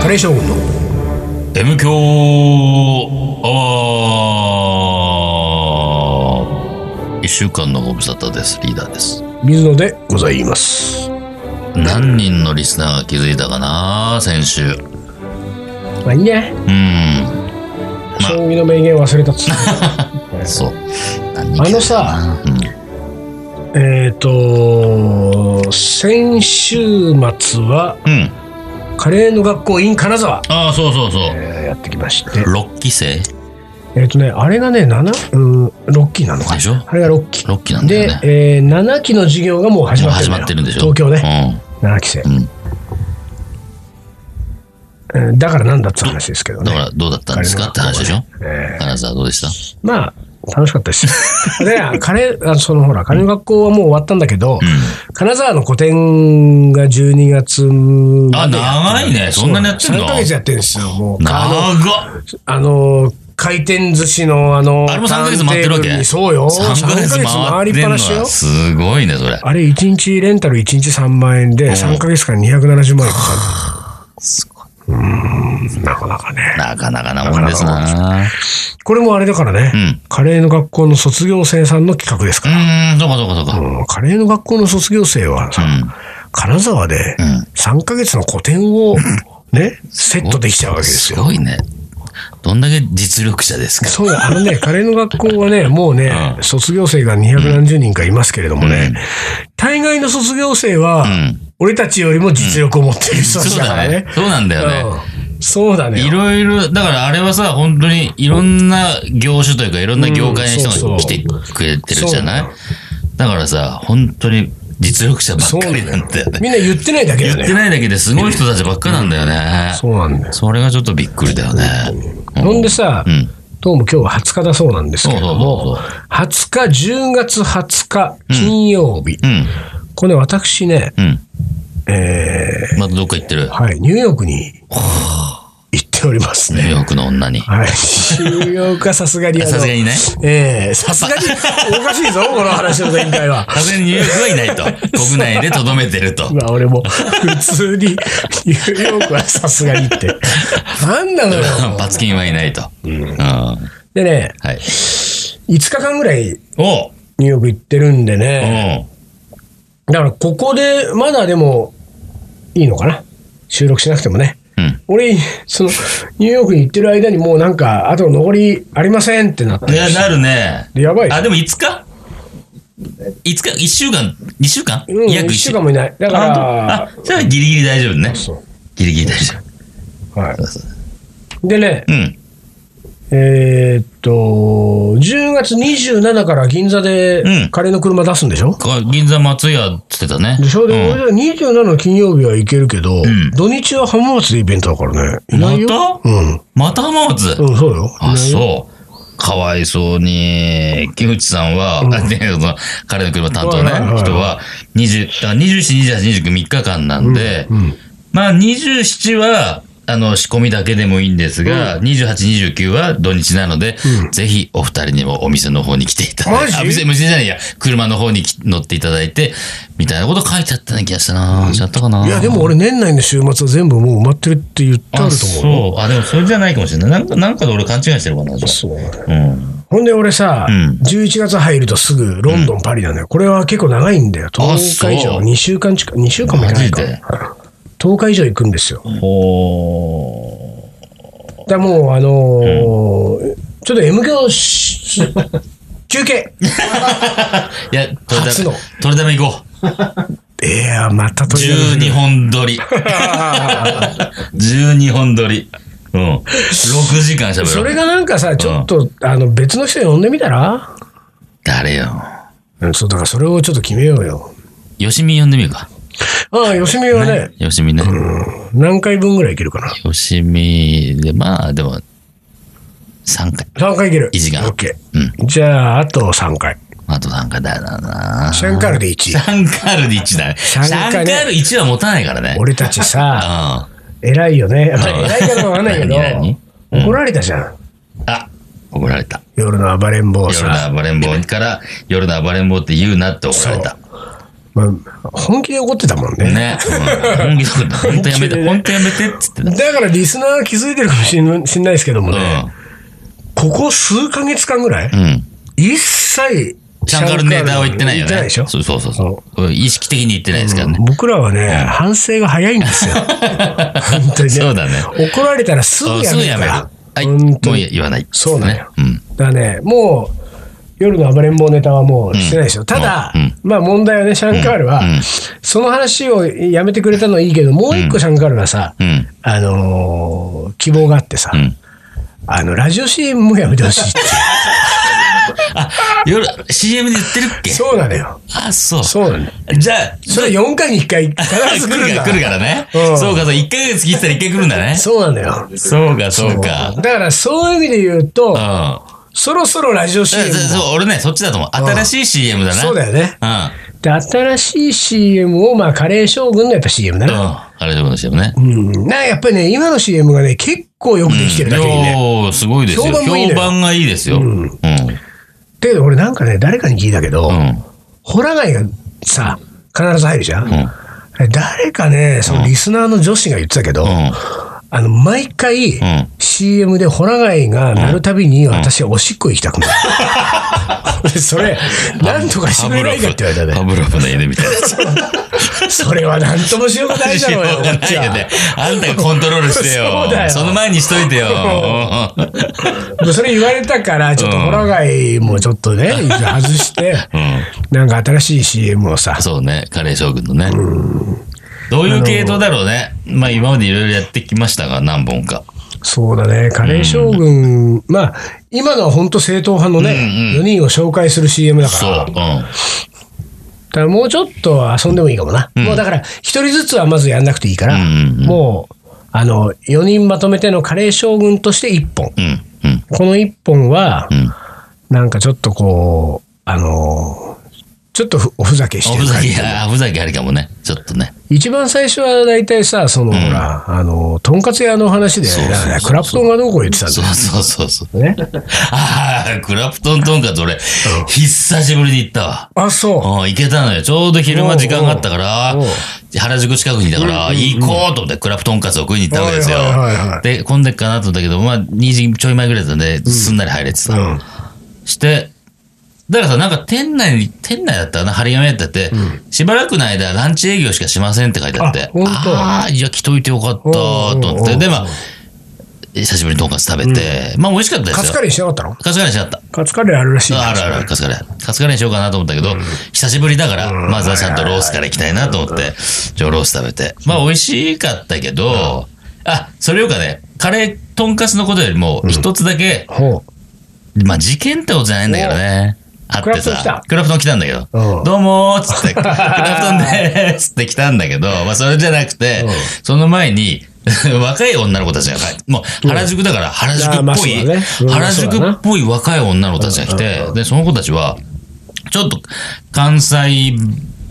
金将軍の M 強アワー一週間のご無沙汰です。リーダーです。水野でございます何人のリスナーが気づいたかな先週。うまあいいねん。まあ将棋の名言忘れたっつそう。何あのさ、 えっと先週末はうん。うん。カレーの学校 in 金沢、ああ、そうそうそう。えーやってきまして六期生えっ、とねあれがね7うん6期なのかでしょあれが6期六期なんだよね。で、えー、7期の授業がもう始もうまって始るのよまってるんでしょ東京ね、7期生、うん。うん。えーだからなんだって話ですけどだねからどうだったんですかって話でしょ金沢どうでしたまあ、楽しかった です。で、あカレー、あそのほら、カレーの学校はもう終わったんだけど、金沢の個展が12月まであ長いねそんなにやってんの3ヶ月やってるんですよ、もう。長あっの、あの回転寿司のあの、あれも3ヶ月待ってるわターンテーブルけにそうよ。三ヶ月三回回っりてっんぱのなはしよ。すごいね、それ。あれ、1日レンタル1日3万円で、3ヶ月間270万円かかすごいる。なかなかね。なかなかなもんですな。これもあれだからね、うんカレーの学校の卒業生さんの企画ですうから。ーん、そうかそうかそうか。うん。うんカレーの学校の卒業生はさ、金沢でん3ヶ月の個展をね、セットできちゃうわけですすよ。ごいね。どんだけ実力者ですか。そうだ、あのね、カレーの学校はね、もうね、う卒業生が2何十人かいますけれどもね、大概の卒業生は、ん俺たちよりも実力を持ってる人たそちうだからだねね。。そうなんだよね。うんそうだね。いろいろ、だからあれはさ、本当にいろんな業種というか、いろんな業界のうん人そうが来そうてくれてるじゃないそうだからさ、本当に実力者ばっそうかなりんなんだだよよ。ね。みんな言ってないだけだ言よってね。ないだけですごい人たちばっかなんだよね。そうなんだよ。それがちょっとびっくりだよね。ほんでさ、んどうも今日は20日だそうなんですけれども、そうそう20日、10月20日、金曜日、うん。これね私ね、うん。えまたどっか行ってるー。はい、ニューヨークに行っておりますニューね。ヨークの女に。はい、ニューヨークはさすがにあのさすがにね。ええさすがに、おかしいぞ、 この話の前回は。さすがにニューヨークはいないと。国内で留めてると。 まあ俺も、普通に、ニューヨークはさすがにって。なんなのよ。パツキンはいないと。うん。はでね、い。 5日間ぐらいおうニューヨーク行ってるんでうね、ん。だからここで、まだでも、いいのかな収録しなくてもね。うん。俺、その、ニューヨークに行ってる間にもうなんか、あと残りありませんってなった。いや、なるね。でやばいあ、でも5日 ?5 日 ?1 週間 ?2 週間うん、約1 1週間もいない。だかあら、、じゃあギリギリ大丈夫ね。そギリギリ大丈夫。う。はそうそい。でね、うん。えーっと、10月27から銀座うでんカレーの車出すんでしょ、こ銀座松屋ってってたね。でしょで、うん俺ら27の金曜日は行けるけど、ん土日は浜松でイベントだからね。いないよ。またうん。また浜松うん、そうよ。いあ、ないよそう。かわいそうに、木内さんは、あ ねその彼の車担当ね、はいはいはい人は、20、だから27、28、29、3日間なんで、まあ、27は、あの、仕込みだけでもいいんですが、28、29は土日なので、ぜひお二人にもお店の方に来ていただいマて、ジあ店、店じゃないや、車の方にき乗っていただいて、みたいなこと書いてあったような気がしたな、しちゃったかな。いや、でも俺年内の週末は全部もう埋まってるって言ってああ、ると思う。そう。あ、でもそれじゃないかもしれない。なんか、なんかで俺勘違いしてるかな、じゃそうあ。うん。ほんで俺さ、うん11月入るとすぐロンドン、パリなのよ。これは結構長いんだよ。あ10日以そ上。う2週間近く、2週間もいかないかマジで。 10日以上行くんですよ。だかほー。らもう、あのーちょっと M 響し休憩 いや、取れ初たのめ、取れため行こう。いやー、また取り上げる12本 撮り。12本撮り。うん。6時間喋ろう。それがなんかさ、ちょっと、あの、別の人呼んでみたら誰よ。そう、だからそれをちょっと決めようよ。よしみ呼んでみるか。ああ、よしみはね、よしみね。何回分ぐらいいけるかな。よしみで、まあ、でも、3回。 3回いける。いい時間オッケうー。ん。じゃあ、あと3回。あと3回だよな。シャンカルで1 シャンカルで1だね。シシャャンンカルねカル1は持たないからね。俺たちさ、あ偉いよね。まあ偉いかどうかわかんないけ何ど、怒られたじゃん。あ、怒られた。夜の暴れん坊夜さん。の暴れん坊から、夜の暴れん坊って言うなって怒られた。まあ、本気で怒ってたもんね。ね。うん本気で 怒って、本当やめて、本当やめてっつってた。だからリスナーは気づいてるかもしれんしんないですけどもね、ここ数ヶ月間ぐらい、うん。うん。一切、ちゃんかるネタを言ってない言よね。ってないでしょそうそうそうそう。意識的に言ってないですからね。僕らはね、反省が早いんです よ。本当にね。そうだね怒られたらすそぐうやすめぐるやかめる。らは。い。本も当うに。言わない。そうなのようん。だからね、もう、夜の暴れん坊ネタはもうしてないでしょ。ただ、うんまあ問題はね、シャンカールは、うんその話をやめてくれたのはいいけど、もう一個シャンカールはさ、うん。あのー希望があってさ、うん。あの、ラジオ CM もやめてほしいっていう。あ、夜、CM で言ってるっけ そうなのよ。あ、そう。そうなのよ。じゃあ、それ4回に1回必ず来来るんるかだら来るからね。うんそうか、そう、1ヶ月聞いてたら1回来るんだね。そうなのよ。そうか、そうかだ。からそういう意味で言うと、うん。そろそろラジオ CM えそも。そう、俺ね、そっちだと思う。新しい CM だな。そうだよね。うん。で、新しい CM を、まあ、カレー将軍のやっぱ CM だうん。な。あれでもですよね。うん。なんかやっぱりね、今の CM がね、結構よくできてるだけにね。おーすごいですよ。評評判もいいのよ判がいいですよ。うん。うん。だけど俺なんかね、誰かに聞いたけど、ホラガイがさ、必ず入るじゃん。うん誰かね、そのリスナーの女子が言ってたけど、うん。あの、毎回、うん CM でホラガイが鳴るたびに、私はおしっこ行きたくなる。で それ、なんとかしてくれないかって言われたハね。ブロフの 犬みたいな。それはなんともしようがないだろうよ、こっちないよはね。あんたがコントロールしてよ。 そうだよの前にしといて よ。うんもうそれ言われたから、ちょっとホラガイもちょっとね、外して、なんか新しい CM をさ、そうね、カレー将軍のね。どういう系統だろうね。まあ今までいろいろやってきましたが、何本か。そうだね、カレー将軍、まあ、今のは本当正統派のね、うん4人を紹介する CM だから、そう。だうん。からもうちょっと遊んでもいいかもな。もうだから、一人ずつはまずやんなくていいから、うんうんうんもう、あの、4人まとめてのカレー将軍として1本。うん。うん。この1本は、うん。なんかちょっとこう、あのちょっとふおふざけしておるふざ感じけ、あふざけありかもね。ちょっとね。一番最初は大体さ、その、ほら、あの、とんかつ屋の話で、そうそうそうなんかクラプトンがどうこう言ってたんだそうそうそうそう。よね。ああ、クラプトントンカツ俺、久しぶりに行ったわ。あ、そう。うん、行けたのよ。ちょうど昼間時間があったからおうおう、原宿近くにいたから、行こうと思ってクラプトンカツを食いに行ったわけですよはいはいはいはい。で、混んでっかなと思ったけど、まあ、2時ちょい前ぐらいだったんで、すんなり入れてうた。ん。して、だからさ、なんか店内に、店内だったかな、張り紙だったって、しばらくの間ランチ営業しかしませんって書いてあってあ、本当ああ、いや、来といてよかった、と思おうおうおうって、で、まあ、久しぶりにとんかつ食べて、まあ、美味しかったでカツすカよ。レーにしなかったのカツカレーしなかった。カツカレーあるらしいね。あるあるある、カツカレー。カツカレーにしようかなと思ったけど、久しぶりだから、まずはちゃんとロースから行きたいなと思って、じゃあロース食べて。まあ美味しかったけど、あ、それよりかね、カレー、とんかつのことよりも、一つだけ、ほまあ事件ってことじゃないんだけどね。あってさ、クラプトン来たんだけど、うんどうもーっつ って、クラプトンでーすって来たんだけど、まあそれじゃなくて、うんその前に、 若い女の子たちが、もう原宿だから原宿っぽい、あーまあそうだねうん原そう宿だっなぽい若い女の子たちが来て、で、その子たちは、ちょっと関西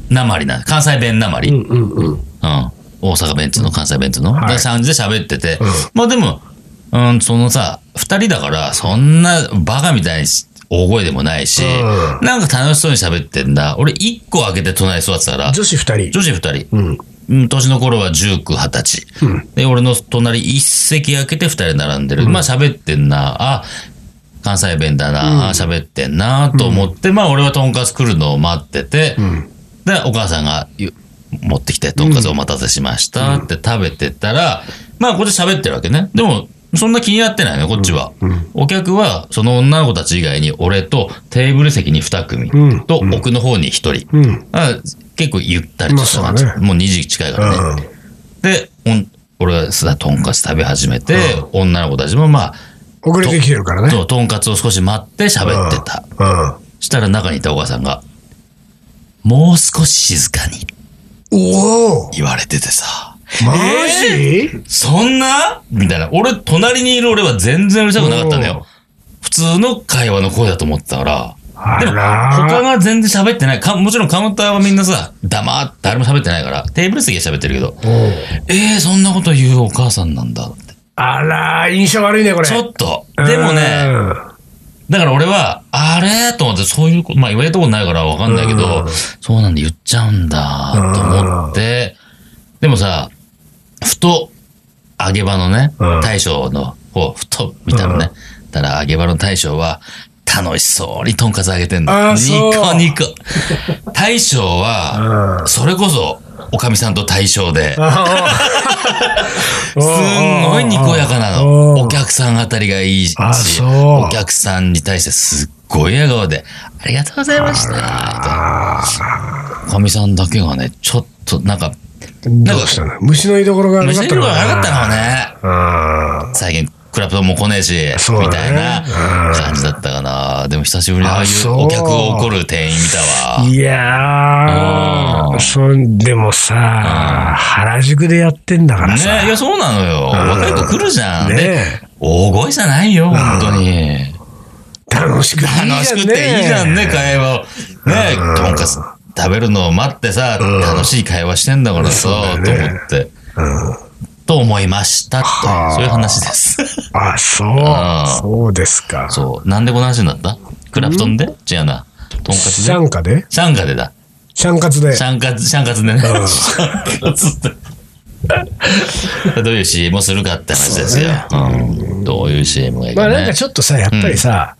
なまりな、関西弁なまり、う。うんうんうん。うん。大阪弁っつうの、関西弁っつうの。はいで、3時で喋ってて。うんまあでも、うん、そのさ、二人だから、そんなバカみたいにし大声でもないし、うなんか楽しそうに喋ってんだ。俺、一個開けて隣に座ってたから、女子二人。女子二人。うん。うん、年の頃は19、20歳。で、俺の隣一席開けて二人並んでる。まあ喋ってんな。あ、関西弁だな。あ喋ってんなと思って、まあ俺はとんかつ来るのを待ってて、で、お母さんがゆ持ってきて、とんかつお待たせしましたって食べてたら、まあこっち喋ってるわけね。でも、そんな気になってないね、こっちは。お客は、その女の子たち以外に、俺とテーブル席に2組、うんと奥の方に1人。うん。あ結構ゆったりとした感じ、まあそうだもう2時近いからね。で、おん俺はさ、とんかつ食べ始めて、女の子たちもまあ、遅れてきてるからね。そう、とんかつを少し待って喋ってた。うん。したら中にいたお母さんが、もう少し静かにおお言われててさ。マえジそんなみたいな。俺、隣にいる俺は全然うるさくなかったんだよ。普通の会話の声だと思ってたから。あでも、他らが全然喋ってない。かもちろんカウンターはみんなさ、黙って誰も喋ってないから、テーブル席で喋ってるけど、ーおうえー、そんなこと言うお母さんなんだって。あらー印象悪いね、これ。 ちょっと。でもね、うん。だから俺は、あれと思って、そういうこと、まあ言われたことないからわかんないけど、うんそうなんで言っちゃうんだ、と思って、でもさ、ふと、揚げ場のね、うん大将の方、ふと見たのね。たら揚げ場の大将は、楽しそうにとんかつ揚げてんあの。ーニそうコニコ。大将は、あそれこそ、おかみさんと大将で、すすんごいにこやかなの。お客さんあたりがいいし、あそうお客さんに対してすっごい笑顔で、ありがとうございました。おかみさんだけがね、ちょっとなんか、どうしたの虫の居所が無なかっ線た量のがなかったかのね。な。うん最近、クラブとも来ねえし、そうだねみたいなうん感じだったかな。でも久しぶりにああいあうそうお客を怒る店員見たわ。いやうー、んそんでもさ、原宿でやってんだからさ。ねいや、そうなのよ。若い子来るじゃん。ねで、大声じゃないよ、本当に。楽しくていいじゃんね。楽しくていいじゃんね、会話を。ね、とんかつ食べるのを待ってさ、うん楽しい会話してんだからさ、そうとだ思よねって。うんと思いましたとはあそういう話です。あ、そうあ。ーそうですか。そう。なんでこの話になったクラフトンで違うな。とんかつシでャンカでシャンカでだ。シャンカツでシ。ャンカツ、シャンカツでね。シうんャンカツって。どういう CM をするかって話ですよ。うんどういう CM がいいまかあなんねか。ちょっとさ、やっぱりさ、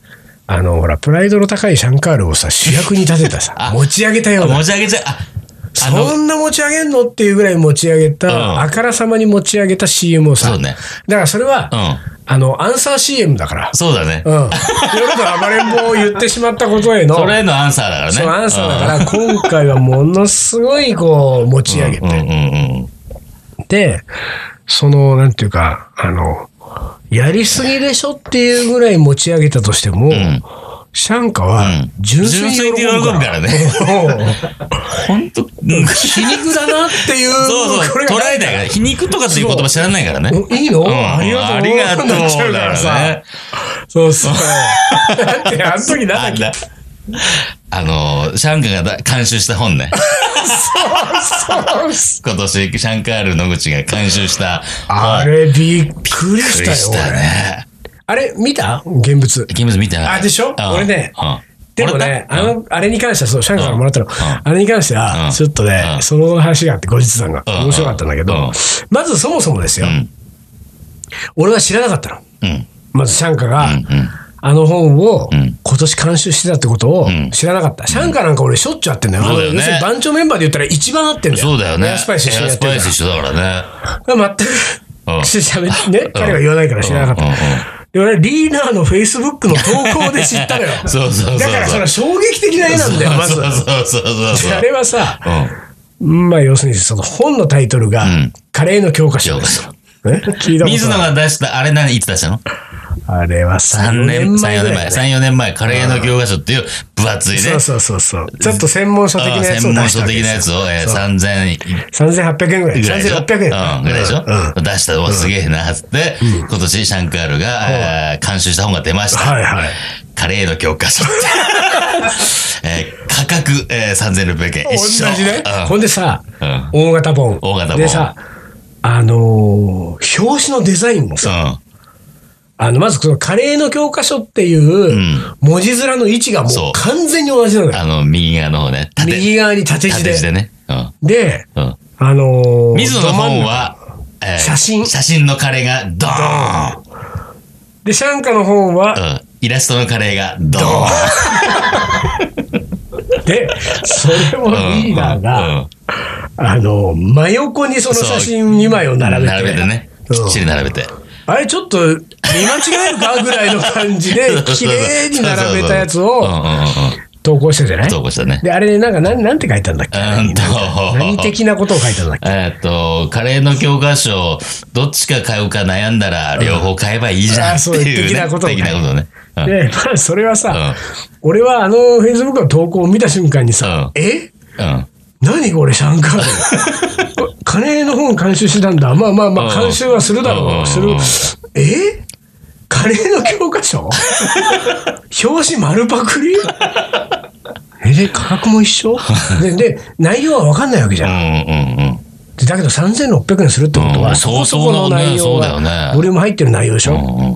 あの、ほら、プライドの高いシャンカールをさ、主役に立てたさあ、持ち上げたような持。ち上げちゃう。あ、あのそんな持ち上げんのっていうぐらい持ち上げうんた、あからさまに持ち上げた CM をさ、そうね。だからそれは、うん。あの、アンサー CM だから。そうだねう。ん。いうこと暴れん坊を言ってしまったことへの、それへのアンサーだからね。そのアンサーだから、今回はものすごいこう、持ち上げて、うんうんうん。で、その、なんていうか、あの、やりすぎでしょっていうぐらい持ち上げたとしても、んシャンカはん純粋に喜ぶ純粋に喜ぶかかららねね。 ほんと、皮肉だなっていう、そうそう、捉えないから。皮肉とかっていう言葉知らないからね。おいいの、うんありがとう。ありがとうなっちゃうからさ。。そうそう。 だって、あの時だからなんだっねああの、シャンカがだ監修した本ね。け今年、シャンカール野口が監修した本。あれ、びっくりびっくしりたしよ。たね。俺あれ、見た現物。キムズ見てない。あでしょうん俺ねうんでもね、もらあったの、あれに関しては、そう、シャンからもらったの。あれに関してうはん、ちょっとうね、んその後の話があって、後日さんが。うん面白かったんだけうどん、まずそもそもですようん。俺は知らなかったの。うん。うんまずシャンカが、うん。あの本をうん今年監修してたってことをうん知らなかった。シャンカなんか俺しょっちゅうあってんだよ。そうだよね要するに番長メンバーで言ったら一番あってんだよ。そうだよエね。アスパイス一緒にエやっアスてるパかイス一緒だからね。ら。全うん く、しゃべね、彼が言わないから知らなかうんっうんうんた。で、俺、リーナーのフェイスブックの投稿で知ったのよ。 そうそうそうそうだから、それは衝撃的な絵なんだよ、まず。そうそうそうそう。あれはさ、うん。まあ要するにその本のタイトルがうん、カレーの教科書ですよ。ね、聞いたこ水と野ないが出した、あれ何、いつ出したのあれは3 ?3 年、年3、前4ぐ年らい前、だ三四年前、カレーの教科書っていう分厚いね。そうそうそうそう。ちょっと専門書的うなやつんを専出門した書わけ的でなすやよつを、えー、3000円ぐ3800円ぐらい。らいでしょうん、ぐ3600円。らいでしょうん出したのすげえな、つって、今年シャンカールが、えー監修した本が出ました。はいはいカレーの教科書。 えー価格、えー、3600円。同一緒。じねうん。ほんでさうん、大型本。大型本でさ、あのー、表紙のデザインもさ、うんあの、まずこのカレーの教科書っていうん文字面の位置がもうそう完全に同じなのよ。あの、右側の方ね。縦、右側に縦字縦で字。でね。うん。で、うん。あのー、水野の本は、えー写真写真のカレーがドーン、で、シャンカの本は、うん、イラストのカレーがドーンで、それをリーダーうんうんが、あの、真横にその写真2枚を並べて。並べてね。うんきっちり並べて。あれ、ちょっと見間違えるかぐらいの感じ で、綺麗に並べたやつうんうんうをんうん投稿してじゃない投稿したね。で、あれね、なんか、なんなんて書いたんだっけうんと何的なことを書いたんだっけえーっと、カレーの教科書、どっちか買うか悩んだら、両方買えばいいじゃあんってそういう、ね。的なことね的なことね。 うんで、まあ、それはうさん、俺はあの、Facebook の投稿を見た瞬間にさ、えうん何これ、シャンカール これカレーの本監修してたんだ。まあまあまあ、うん監修はするだうんうんろうう。んする。えカレーの教科 書表紙丸パクリ え、で、価格も一緒でで、内容は分かんないわけじうゃん。んうんうん。でだけど3600円するってことうは、んそこそこの内容相当のねそうだよが、ねボリューム入ってる内容でしうょんうん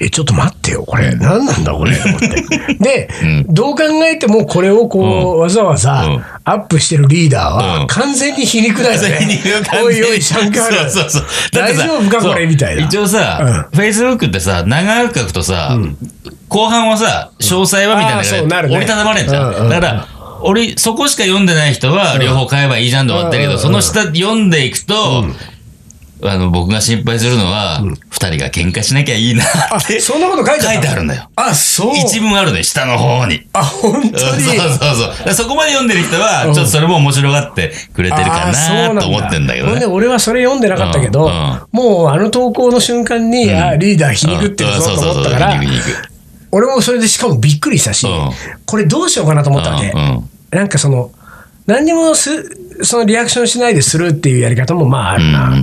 え、ちょっと待ってよ、これ。何なんだ、これ。と思 って。で、うどう考えてもこれをこう、わざわうんざアップしてるリーダーうはん完全に皮肉だよね。おいおい、シャンカール。そうそうそうだって大さ丈夫か、そうこれ、みたいな。一応さ、Facebook ってさ、長く書くとさ、後半はさ、詳細はみたいなあーそうなのるがね折りたたまれんじゃうんうんん。うんだから、俺、そこしか読んでない人は、両方買えばいいじゃんと思ってるけうんど、うんその下読んでいくと、あの、僕が心配するのは、二人が喧嘩しなきゃいいなあ、ってそんなこと書いて書あるいてあるんだよ。あ、そう。一文あるね、下の方に。あ、本当に。そうそうそう。だからそこまで読んでる人は、ちょっとそれも面白がってくれてるかなと思ってんだけどほんでね。俺はそれ読んでなかったけど、うんうんもうあの投稿の瞬間に、あリーダー皮肉ってるぞと思ったからうん、そうそうそう皮肉皮肉俺もそれでしかもびっくりしたし、うんこれどうしようかなと思ったわけ。うんうんなんかその、何にもす、そのリアクションしないでするっていうやり方もまああるな。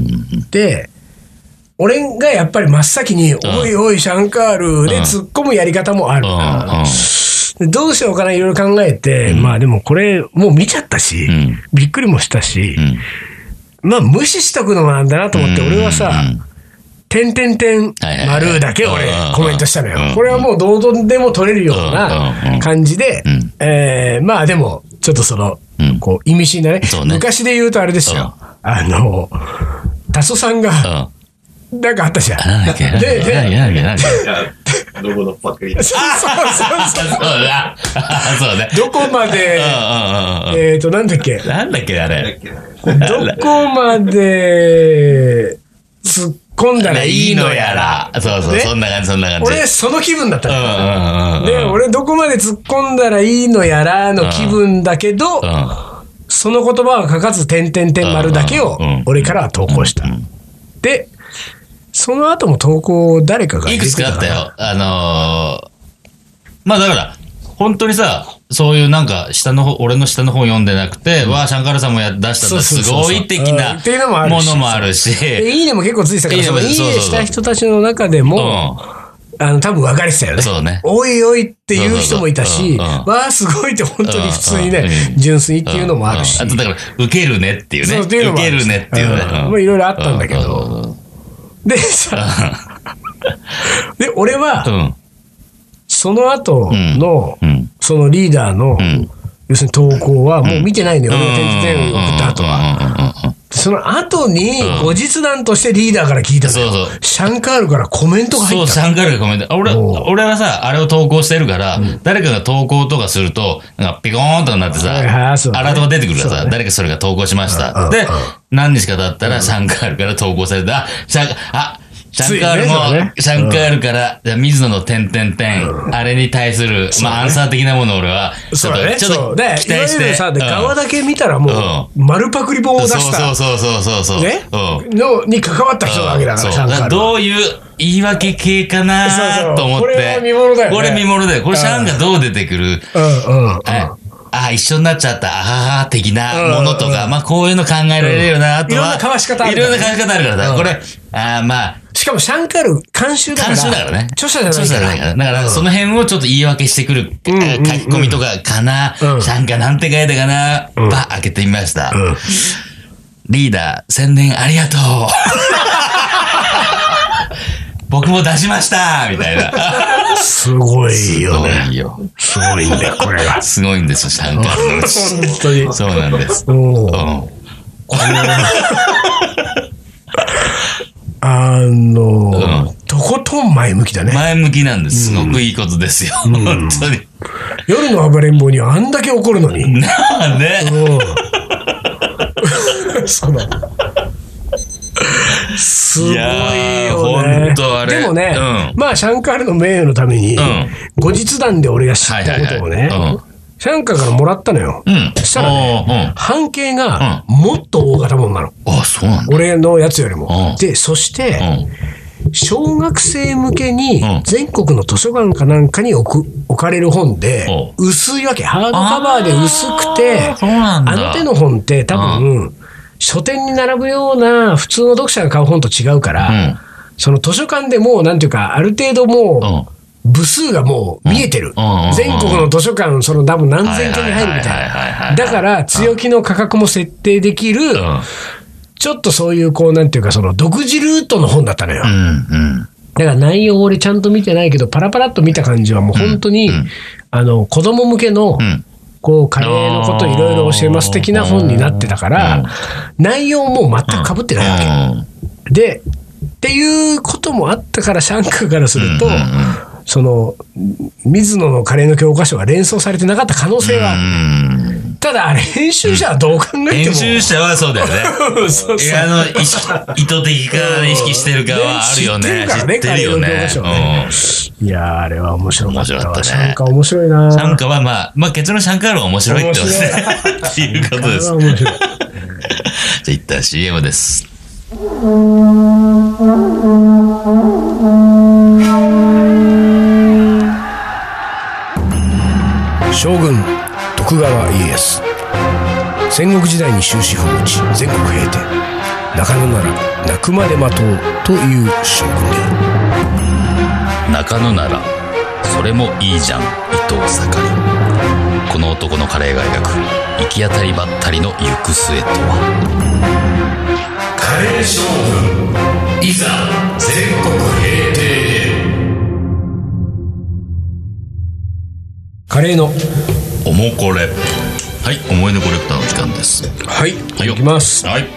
で、俺がやっぱり真っ先に、おいおい、シャンカールで突っ込むやり方もあるな。うでどうしようかないろいろ考えて、まあでもこれもう見ちゃったし、うんびっくりもしたし、んうんまあ無視しとくのもなんだなと思って、うん俺はさうん、点点点はいはいはい丸だけう俺んうんうんコメントしたのうんうよ。んこれはもうどうでも取れるよううんうんうなん感じでうん、えーまあでも、ちょっとそのうん、こう、意味深なねそう、ね昔で言うとあれですよ、あの、タソさんが、うんなんかあったじゃん。なんだっけなんだっで、けなんだっけで、なんだっけなんだっけいやどこのパクリだそうそうそうそうそうだ。そうだ。どこまで、うんうんうんうんえっと、なんだっけ、なんだっけあれっ。けなどこまで突っ込んだらいいのやら。そうそう、ねそんな感じ、そんな感じ。俺、その気分だったの。うんうんうんうん。で、俺、どこまで突っ込んだらいいのやらの気分だけど、うん。その言葉は書かず、点点点丸だけをうんうん、俺からは投稿した。で、その後も投稿を誰かが入いれくてたつかあなったよ。あのーまあだから、本当にさ、そういうなんか、下の方、俺の下の方読んでなくて、わあ、シャンカラさんもや出したんそうだ、そうすそうそうごい的なうんっていうのもあるしものもあるし、でいいねも結構ついてたから、いいねそものいいねそうそうそうした人たちの中でうも、ん。あの、多分分かれてたよね。そうねおいおいっていう人もいたし、そうそうそううんうんわあ、すごいって本当に普通にねうんうんう、ん純粋っていうのもあるし。うんあとだから、受けるねっていうね。そうっていうのもあ受けるしるねっていうね。うんまあいろいろあったんだけどうんうんうんでさ、で、俺は、その後の、うん。うん。そのリーダーの、ん要するに投稿はもう見てないんだよ、俺が点々送った後は。は。その後に、後日談としてリーダーから聞いたんだよそうそうシャンカールからコメントが入そっう、たシの。ャンカルがコメント。あ俺、おう俺はさ、あれを投稿してるから、誰かが投稿とかすると、なんかピコーンとかなってはいはさいそう、だアねラートが出てくるそかうらださ、ね誰かそれが投稿しましうんうんた。で、何日か経ったらシャンカルから投稿された。あ、シャン、あ、シャンカールついにねそうねも、シャンカールから、じゃあ水野の点々点、あれに対する、まあ、アンサー的なものを俺は、ちそょうっだと、ね。ちょっそうとで、期待しいわゆて。るさ、でうん側だけ見たらもう、丸パクリ本を出した、そうそうそうそうそう。ねうん。の、に関わった人なわけだかそら、うシャンカールは。どういう言い訳系かそうそうなと思って。これは見ものだよねこれ見ものだよ。これうんシャンがどう出てくる、うんうんうん。ああ、一緒になっちゃった、あはは、的なものとうんうか、まあこういうの考えられるよな、あとは。いろんな交わし方あるいからろんねな交わし方あるからうさ、んこれ、あーまあ、しかもシャンカール監修だから。監修だからね。著者じゃない著か者ら。から。だから、その辺をちょっと言い訳してくる、書きんうん込みとかかな、うんシャンカなんて書いたかな、ば、開けてみました。リーダー、宣伝ありがとう。僕も出しましたみたいな。すごいすよごね。いよ。すごいんだよ、これが。すごいんですよ、シャンカのうち。本当に。そうなんです。おうーんあのうー、とことん前向きだね。前向きなんです。すごくいいことですよ。本当に。 夜の暴れん坊にはあんだけ怒るのに。なあね。うん その。すごいいやーよねほん。とあれでもね、うまあ、シャンカールの名誉のために、ん後日談で俺が知っはいはたいことをね、はい。うんシャンカーからもらったのよ。うん。そしたらねおーうん半径がもっと大型もんなの。あ、そうなんだ。俺のやつよりうもん。で、そして、うん。小学生向けにうん全国の図書館かなんかに置く置かれる本でお薄いわけハードカバーで薄くあてーそうなんだあの手の本って多分書店に並ぶような普通の読者が買う本と違うから、うんその図書館でもうなんていうかある程度もう。部数がもう見えてるうんうんうんうんう。ん全国の図書館、その多分何千件に入るみはいはいはいはいはたな。いはいいだから、強気の価格も設定できる、うん。ちょっとそういう、こう、なんていうか、その、独自ルートの本だったのよ。うん。うん。だから内容を俺ちゃんと見てないけど、パラパラっと見た感じはもう本当に、うんうんあの、子供向けの、うん。こう、カレーのこといろいろ教えます的な本になってたから、内容も全く被ってないわけ。で、っていうこともあったから、シャンクーからすると、うんうんうんその、水野のカレーの教科書が連想されてなかった可能性はある、うん。ただ、あれ、編集者はどう考えて編も。集者はそうだよね。うんそういそうや、あの、意識、意図的か意識してるかはあるよね。知ねってるよね知。ってうるからねん。いやー、あれは面白かったわ。面白かったシねャンカー面白いなシャンカはまあ、まあ結論シャンカールは面白いってことですね。っていうことです。じあれはゃ面白い。あ一旦 CM です。将軍徳川家康戦国時代に終止符を打ち全国平定中野なら泣くまで待とうという将軍である中野ならそれもいいじゃん伊藤盛りこの男のカレーが描く行き当たりばったりの行く末とはカレー将軍いざ全国平定カレーのおもこれはい思い出コレクターの時間ですはいはいよいきますはい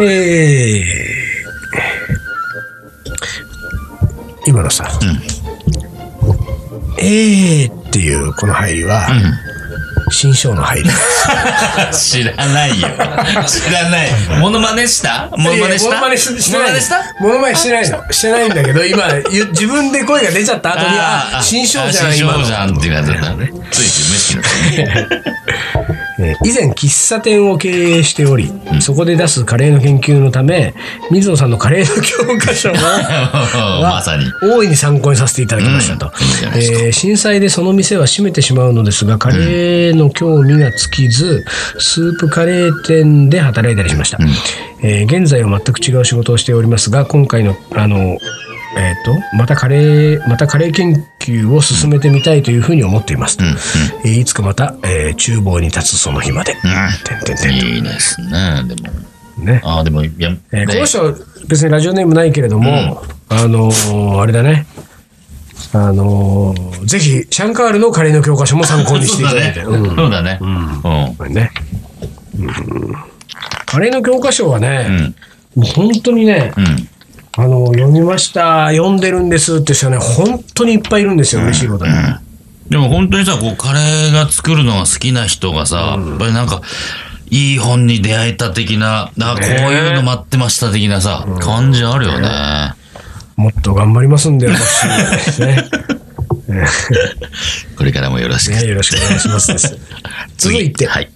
えー、今のさ、えーっていうこの入りは、新章の入り知 らないよ知らないモノマネしたモノマネしたいやモノマネししてないモノマネしたモノマネしてないのしてないんだけど今ゆ自分で声が出ちゃった後にあーあ新章じゃあん新今章のじゃんっていう感じだったねついつい無意識だったねえー以前喫茶店を経営しており、そこで出すカレーの研究のため水野さんのカレーの教科書をまさに大いに参考にさせていただきましたとうんいいじゃないですかえー震災でその店は閉めてしまうのですがカレーの興味が尽きずスープカレー店で働いたりしました、えー現在は全く違う仕事をしておりますが今回のあのえー、とまたカレーまたカレー研究を進めてみたいというふうに思っています、えーいつかまた、えー厨房に立つその日まで、てんてんてんと いいですね、でも。ねああ、でも、いや、えーこのね人別にラジオネームないけれども、あのーあれだねあのーぜひシャンカールのカレーの教科書も参考にしていただいて、そうだね。そうだね。うんこれね、うんカレーの教科書はね、もう本当にね、うん。あのー読みました読んでるんですって人はね本当にいっぱいいるんですよ嬉しいことに、でも本当にさ、こう、カレーが作るのが好きな人がさ、やっぱりなんか、いい本に出会えた的な、あこういうの待ってました的なさ、感じあるよね。もっと頑張りますんで私ですねこれからもよろしねく。よろしくお願いします です続いて、はい。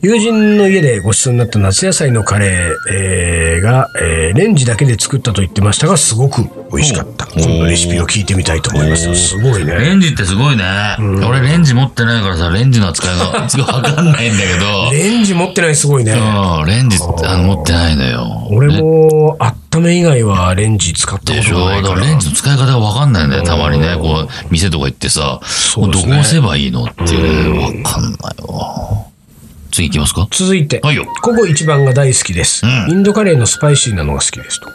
友人の家でごちそうになった夏野菜のカレー、えーが、えーレンジだけで作ったと言ってましたが、すごく美味しかった。おー今度レシピを聞いてみたいと思います。すごいね。レンジってすごいね。俺レンジ持ってないからさ、レンジの扱いが、すごいわかんないんだけ ど。レンジ持ってないすごいね。うん、レンジってあの持ってないのよ。俺も、温め以外はレンジ使ったでこしとょがないだかからら。レンズの使い方がわかんないんだよ、たまにね。こう、店とか行ってさ、うでどすこね押せばいいのっていうね、わかんないわ。次行きますか続いて、はいよココ一番が大好きです、うんインドカレーのスパイシーなのが好きですと。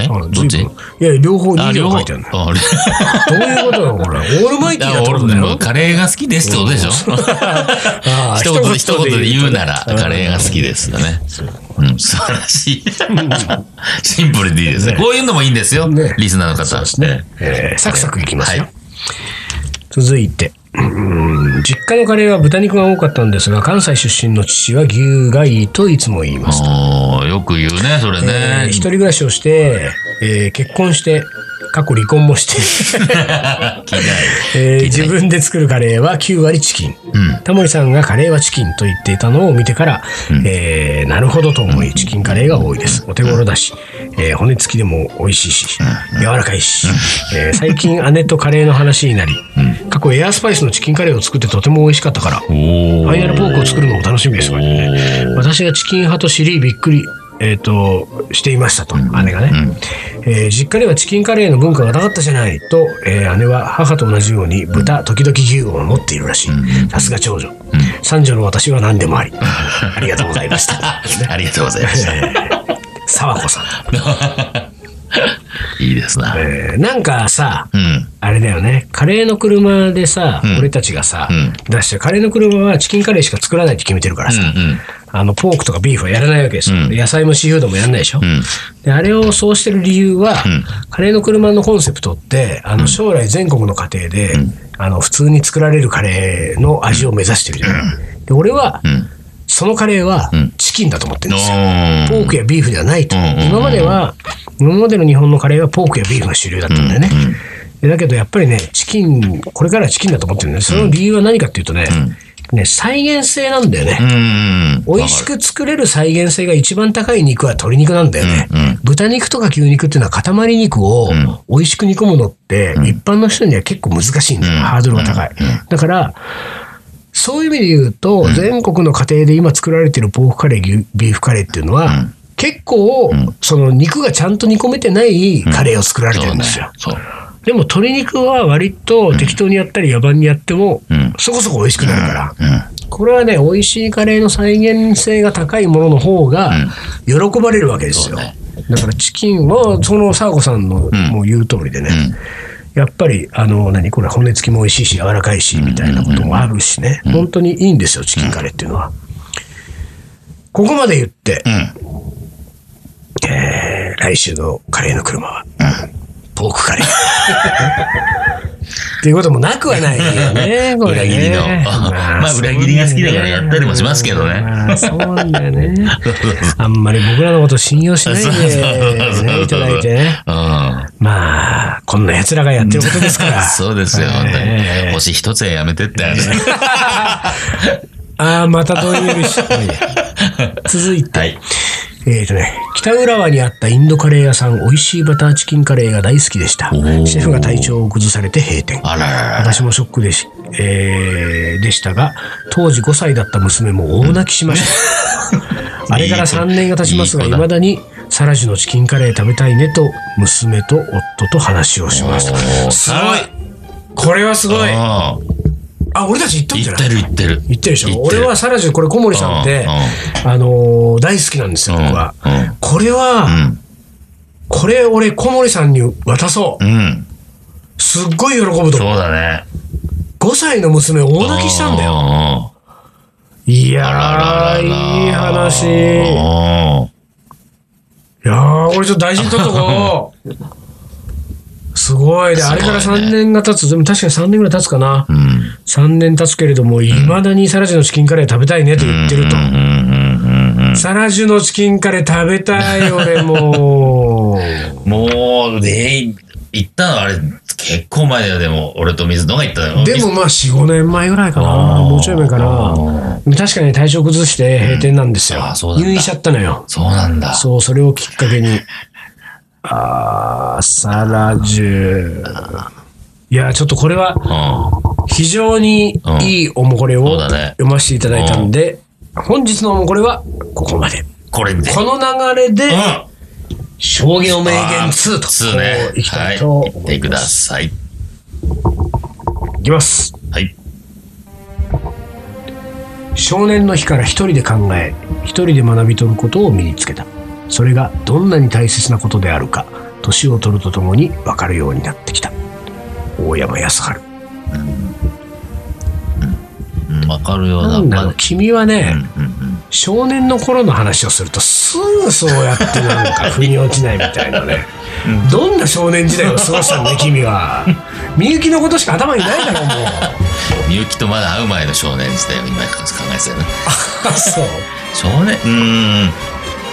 えあらどっち随分いや、両方あ、 2両両方。書あいてあるのよ。 れどういうことだろうこれ。オールマイティーあなとこ俺とだも よ。カレーが好きですってことでしょ あー一言、一言で言うなら、うんカレーが好きですだね。うん、素晴らし い。シンプルでいいですね。こういうのもいいんですよ、ねリスナーの方。えーサクサクいきますよ。はい続いて、うん実家のカレーは豚肉が多かったんですが、関西出身の父は牛がいいといつも言います。おーよく言うね、それえーね。一人暮らしをして、えー結婚して、過去離婚も して、聞いてないえー自分で作るカレーは9割チキン。タモリさんがカレーはチキンと言っていたのを見てから、えーなるほどと思い、チキンカレーが多いです。お手頃だし、えー骨付きでも美味しいし、柔らかいし、えー最近姉とカレーの話になり、過去エアスパイスのチキンカレーを作ってとても美味しかったから、フおーァイナルポークを作るのも楽しみです。これねおー私がチキン派と知りびっくり、えー、としていましたと、姉がね、えー実家ではチキンカレーの文化がなかったじゃないと、えー姉は母と同じように豚、時々牛を持っているらしいさすが長女、三女の私は何でも ありありがとうございましたありがとうございました。沢子さんいいですな。えーなんかさ、うん。あれだよね、カレーの車でさ、うん俺たちがさ、うん出してる、カレーの車はチキンカレーしか作らないって決めてるからうさ、んあのポークとかビーフはやらないわけですよ。うん野菜もシーフードもやらないでしょ。うん。うん。であれをそうしてる理由は、んカレーの車のコンセプトって、あの将来全国の家庭で、あの普通に作られるカレーの味を目指してるじゃない。で俺は、うん。そのカレーはんチキンだと思ってるんですよ。ポおークやビーフではないと。うんうんうん今までは、今までの日本のカレーはポークやビーフが主流だったんだよね。でだけどやっぱりね、チキン、これからチキンだと思ってるんで、その理由は何かっていうとね、ね再現性なんだよね。うん。美味しく作れる再現性が一番高い肉は鶏肉なんだよね。うんうん豚肉とか牛肉っていうのは塊肉をん美味しく煮込むのって、一般の人には結構難しいんだよ。うんハードルが高い。だから、そういう意味で言うと、全国の家庭で今作られているポークカレー、牛ビーフカレーっていうのは、結構、その肉がちゃんと煮込めてないカレーを作られてるんですよ。そう。でも鶏肉は割と適当にやったり野蛮にやっても、うんそこそこ美味しくなるから。うこれはね、美味しいカレーの再現性が高いものの方が、喜ばれるわけですよ。そうねだからチキンは、そのサーコさんのもう言う通りでね、やっぱり、あの、何、これ骨付きも美味しいし、柔らかいし、みたいなこともあるしね、本当にいいんですよ、チキンカレーっていうのは。ここまで言って、ん。えー来週のカレーの車は、ポークカレー。 っていうこともなくはないよ ね、これ裏ね切りの。 まあ、裏切りが好きだからやったりもしますけどね。まあそうなんだよね。あんまり僕らのこと信用しない そうそうそうで、そうね、いただいてね。うまあ、こんな奴らがやってることですかん。ら。 そうですよ、本当に。星一つはやめてって。ああ、またどんより し。まあいいや続いて、はい。えーとね、北浦和にあったインドカレー屋さん、美味しいバターチキンカレーが大好きでした。シーェフが体調を崩されて閉店。あららら。私もショックでし,、えーでしたが当時5歳だった娘も大泣きしました、あれから3年が経ちますがいいい子だまだにサラジュのチキンカレー食べたいねと娘と夫と話をしましたすごいこれはすごいあい。俺たち行ったんじ言ゃっなている言ってる。行ってるでし行ょって俺るはサラジュこれ小森さんってあのー大好きなんですよ僕はうんうんこれは、んこれ俺小森さんに渡そううん。すっごい喜ぶとそう思うだね。 5歳の娘大泣きしたんだよよ。いやーあらららら。いい話。いおーやー、俺ちょっと大事にとっとこ う。すごい。で、すごあいれねから3年が経つ。でも確かに3年ぐらい経つかな。うん。 3年経つけれども、いまだにサラジュのチキンカレー食べたいねと言ってるとう。んうんうんサラジュのチキンカレー食べたい、俺もう。うん。もう、で、行ったのあれ、結構前だよ、でも。俺と水野が行ったの。でもまあ4、5年前ぐらいかな。あーもうちょい前かあな。ーでも確かに体調崩して閉店なんですようんあーそう。なんだ入院しちゃったのよ。そうなんだ。そう、それをきっかけに。あー、サラジュ。いや、ちょっとこれはう非常にいいおもこれそをうだね読ませていただいたんで、本日のおもこれはここまで。ん。これで。この流れで、う将棋の名言ん。 2と、 2ねこ。ういきたはいい。と思い行ます。ってください。いきます。はい。少年の日から一人で考え一人で学び取ることを身につけたそれがどんなに大切なことであるか年を取るとともに分かるようになってきた大山康晴うんわかるようなな。んだろう君はね、うんうん少年の頃の話をするとすぐそうやってなん か腑に落ちないみたいなねどんな少年時代を過ご したんだ君はみゆきのことしか頭にないだろうもう みゆきとまだ会う前の少年時代を今考えてたよね。あそう少年うん。うん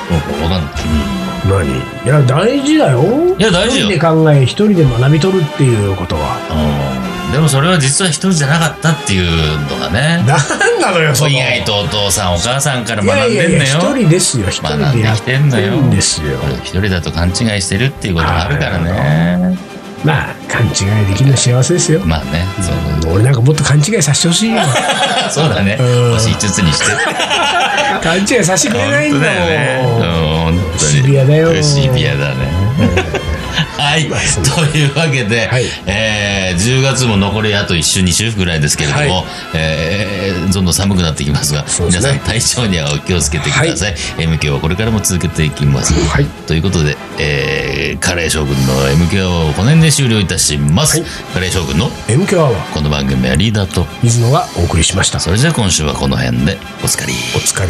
わかんない。何いや大事だよいや大事よ一人で考え一人で学び取るっていうことはうんでもそれは実は一人じゃなかったっていうのがね。なんなのよ、その。親やとお父さんお母さんからいや学んいやでいんやの一よ。人ですよ、一人学んででやっきててんのよるんですよ。一人だと勘違いしてるっていうことがあるからね。まあ、勘違いできるの幸せですよ。まあね、そう俺なんかもっと勘違いさせてほしいよ。 そうだね。うん星5つにして。勘違いさせてくれないんだもん。本当だよね。うん本当にシビアだよシビアだね。はい。 というわけで、はいえー10月も残りあと1週、2週ぐらいですけれども、はいえーどんどん寒くなってきますが、そうで皆すねさん体調にはお気をつけてください。MK はこれからも続けていきます。はいということで、えーカレー将軍の MK をこの辺で終了いたします。はいカレー将軍の MQ アワーこの番組はリーダーと、水野がお送りしましたそれじゃあ今週はこの辺でおつかり。お疲れ